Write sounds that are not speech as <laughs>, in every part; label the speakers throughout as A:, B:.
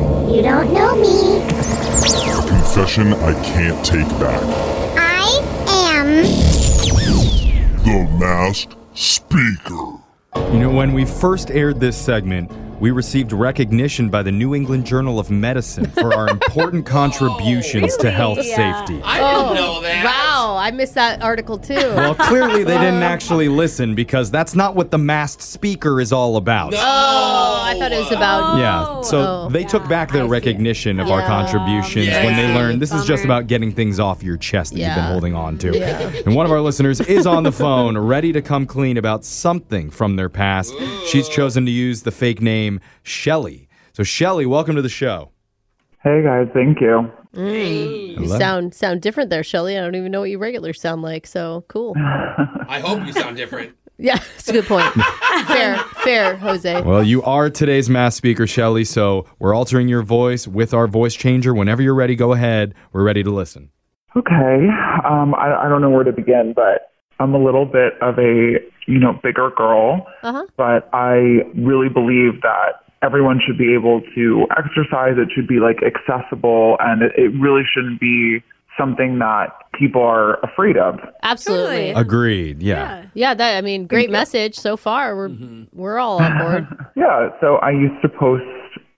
A: don't know me.
B: Confession I can't take back.
A: I am.
B: The Masked Speaker.
C: You know, when we first aired this segment, we received recognition by the New England Journal of Medicine for our important contributions to health safety.
D: I didn't know that.
E: Wow, I missed that article too.
C: <laughs> Well, clearly they didn't actually listen because that's not what the masked speaker is all about.
E: oh, I thought it was about.
C: Yeah. So
E: Oh.
C: they took back their recognition of our
E: Yeah.
C: contributions
D: Yeah.
C: when they
D: Yeah.
C: learned this is just
F: Bummer.
C: about getting things off your chest that you've been
E: Yeah.
C: holding on to. And one of our listeners is on the phone, <laughs> ready to come clean about something from their past. She's chosen to use the fake name Shelly. So Shelly, welcome to the show.
G: Hey guys, thank you.
E: You sound sound different there, Shelly. I don't even know what you regulars sound like. So cool.
D: I hope you sound different.
E: Yeah, <laughs> it's a good point. fair, fair, Jose.
C: Well, you are today's mass speaker, Shelly, so we're altering your voice with our voice changer. Whenever you're ready, go ahead. We're ready to listen.
G: Okay, um, I, I don't know where to begin, but I'm a little bit of a you know bigger girl,
E: Uh-huh.
G: but I really believe that everyone should be able to exercise. It should be like accessible, and it, it really shouldn't be something that people are afraid of.
E: Absolutely.
F: Totally.
C: Agreed. Yeah.
E: Yeah, that I mean, great message so far. We're we're all on board.
G: Yeah, so I used to post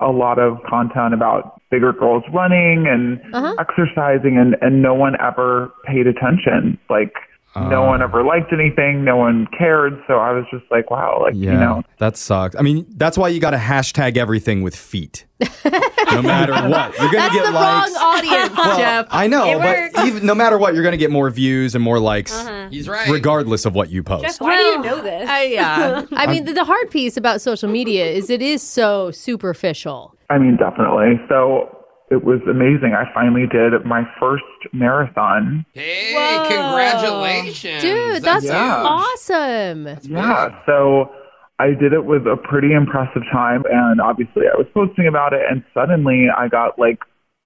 G: a lot of content about bigger girls running and exercising, and, and no one ever paid attention. Like, no one ever liked anything, no one cared. So I was just like, wow, like,
C: Yeah,
G: you know,
C: that sucks. I mean, that's why you got to hashtag everything with feet. no <laughs> matter what, you're gonna
E: <laughs> That's
C: get
E: the
C: likes.
E: wrong <laughs> audience,
C: Well,
E: Jeff.
C: I know,
F: It
C: but
F: works.
C: even, no matter what, you're gonna get more views and more likes,
E: Uh-huh.
D: He's right.
C: regardless of what you post.
F: Why do you
E: Well,
F: know this?
E: I, yeah. <laughs> I mean, the, the hard piece about social media is it is so superficial.
G: I mean, definitely. So it was amazing. I finally did my first marathon.
D: hey,
F: Whoa.
D: congratulations.
E: Dude, that's
G: Yeah.
E: awesome.
G: Yeah, so I did it with a pretty impressive time, and obviously I was posting about it, and suddenly I got like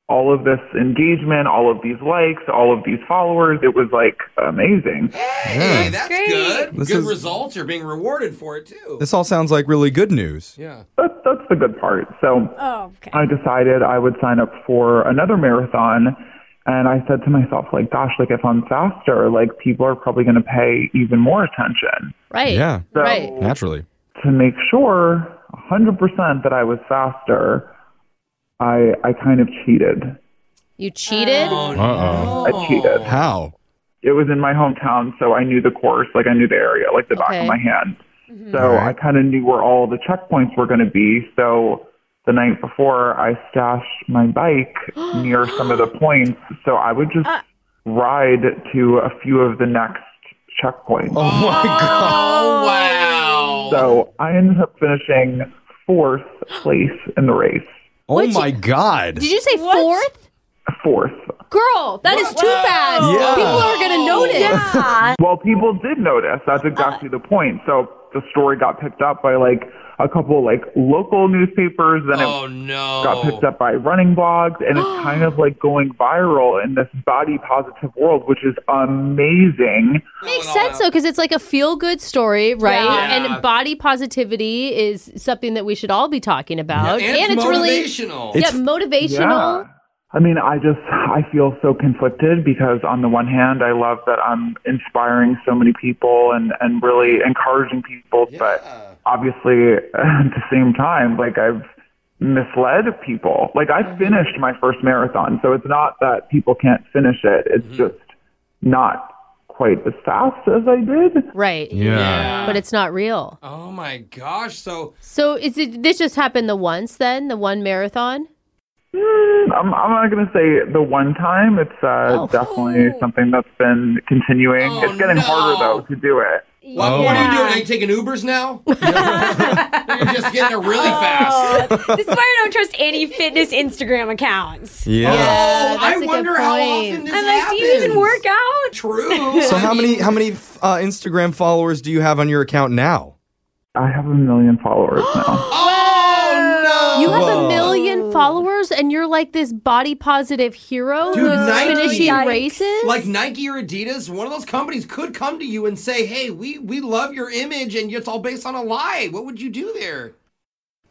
G: all of this engagement, all of these likes, all of these followers. It was like amazing.
D: Hey, that's
F: Great.
D: good.
C: This
D: good
C: is-
D: results. You're being rewarded for it too.
C: This all sounds like really good news.
D: yeah.
G: That's that's the good part. So
F: oh, okay.
G: I decided I would sign up for another marathon. And I said to myself, like, gosh, like if I'm faster, like people are probably going to pay even more attention.
E: Right.
C: Yeah.
E: Right.
C: Naturally.
G: to make sure 100% that I was faster, I I kind of cheated.
E: You cheated?
D: Oh,
C: Uh-oh.
D: no.
G: I cheated.
C: How?
G: It was in my hometown, so I knew the course, like I knew the area, like the back
E: Okay.
G: of my hand. So
C: Alright.
G: I kind of knew where all the checkpoints were going to be. So the night before, I stashed my bike near some of the points, so I would just ride to a few of the next checkpoints.
C: Oh my god.
D: Oh wow.
G: So I ended up finishing fourth place in the race.
C: Oh my god.
E: Did you say
F: What?
E: fourth?
G: Fourth.
E: Girl, that is too fast.
C: Yeah.
E: People are going to notice.
F: Yeah.
G: Well, people did notice.
D: Uh,
G: That's exactly the point. So the story got picked up by like a couple like local newspapers, then
D: oh
G: it
D: no.
G: got picked up by running blogs,
D: <gasps>
G: and it's kind of like going viral in this body positive world, which is amazing.
E: <laughs> Makes sense though, because it's like a feel good story, right?
D: Yeah.
E: And body positivity is something that we should all be talking about.
D: And, it's,
E: really
D: motivational.
E: yeah, motivational.
G: I mean, I just I feel so conflicted because on the one hand, I love that I'm inspiring so many people and and really encouraging people, but obviously <laughs> at the same time, like I've misled people. Like
D: Mm-hmm.
G: I finished my first marathon, so it's not that people can't finish it. It's
D: Mm-hmm.
G: just not quite as fast as I did.
E: Right.
C: yeah.
E: But it's not real.
D: Oh my gosh. So
E: So is it this just happened the once then, the one marathon?
G: Mm, I'm, I'm not going to say the one time. It's uh,
E: Oh.
G: definitely something that's been continuing.
D: Oh,
G: it's getting
D: no.
G: harder, though, to do it.
D: what, what are you doing? Are you taking Ubers now? You're just getting it really fast.
F: <laughs> this is why I don't trust any fitness Instagram accounts.
C: Yeah.
D: Oh,
E: that's a
D: I
E: good
D: wonder how
E: point.
D: often this
F: I'm like, do you even
D: happens.
F: work out?
D: True.
C: So how many how many uh, Instagram followers do you have on your account now?
G: I have a million followers
D: <gasps>
G: now.
D: Oh no.
E: You have
C: Whoa.
E: a million followers and you're like this body positive hero
D: Dude,
E: who's
D: Nike-
E: finishing
D: Yikes.
E: races.
D: like Nike or Adidas, one of those companies could come to you and
F: <gasps>
D: say, "Hey, we we love your image, and it's all based on a lie. What would you do there?"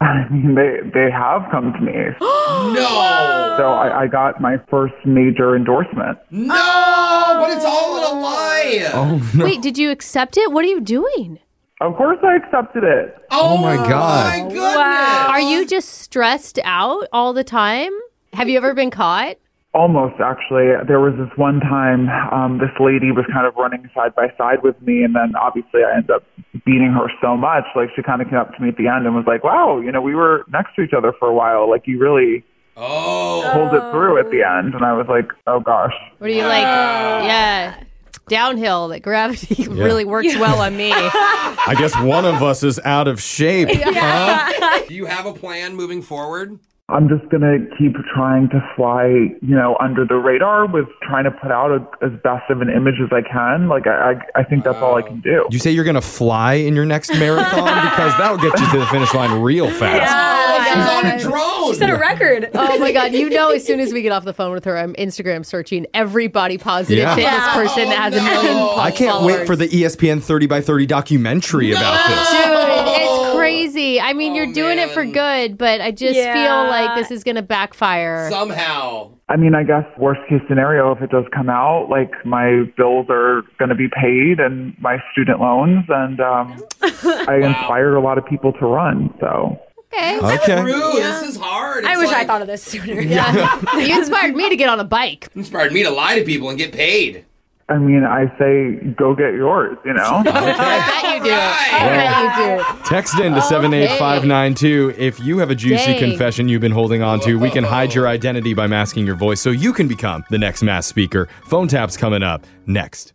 G: I mean, they they have come to me.
D: No.
G: So I, I got my first major endorsement.
D: No, but it's all in a lie. Oh,
E: Wait, did you accept it? What are you doing?
G: Of course, I accepted it.
C: oh my
E: Oh
C: God.
D: Oh My goodness.
E: Are you just stressed out all the time? Have you ever been caught?
G: Almost, actually. There was this one time um, this lady was kind of running side by side with me, and then obviously I ended up beating her so much. Like, she kind of came up to me at the end and was like, wow, you know, we were next to each other for a while. Like, you really
D: Oh.
G: pulled it through at the end. And I was like, oh gosh.
E: What are you like? Yeah. Downhill, that gravity <laughs> really works well on me. Oh
C: I guess one of us is out of
E: <laughs>
C: shape.
D: Do you have a plan moving forward?
G: I'm just going to keep trying to fly, you know, under the radar with trying to put out a, as best of an image as I can. Like, I, I, I think that's all I can do.
C: You say you're going to fly in your next
E: <laughs>
C: marathon because that'll get you to the finish line real fast.
D: She's on a drone.
F: Set a record.
E: Oh my God. You know, as soon as we get off the phone with her, I'm Instagram searching every body positive
C: Yeah.
E: fitness
F: Yeah.
E: person that has a million
D: no.
E: plus
C: I can't wait for
E: followers.
C: the E ESPN 30 by 30 documentary about this.
E: Dude, it's crazy. I mean, you're doing it for
D: man.
E: good, but I just feel
F: Yeah.
E: like this is going to backfire.
D: Somehow.
G: I mean, I guess worst case scenario, if it does come out, like my bills are going to be paid and my student loans, and um, I inspired a lot of people to run. So
E: okay.
C: Okay.
D: Rue, this is hard.
F: <laughs> I
D: It's
F: wish I
D: like-
F: thought of this sooner.
E: you inspired me to get on a bike.
D: inspired me to lie to people and get paid.
G: I mean, I say go get yours. You know,
E: I bet you do.
D: Right.
E: I bet you do.
C: Text in to 78592 if you have a juicy
E: Dang.
C: confession you've been holding on to. We can hide your identity by masking your voice so you can become the next mass speaker. Phone taps coming up next.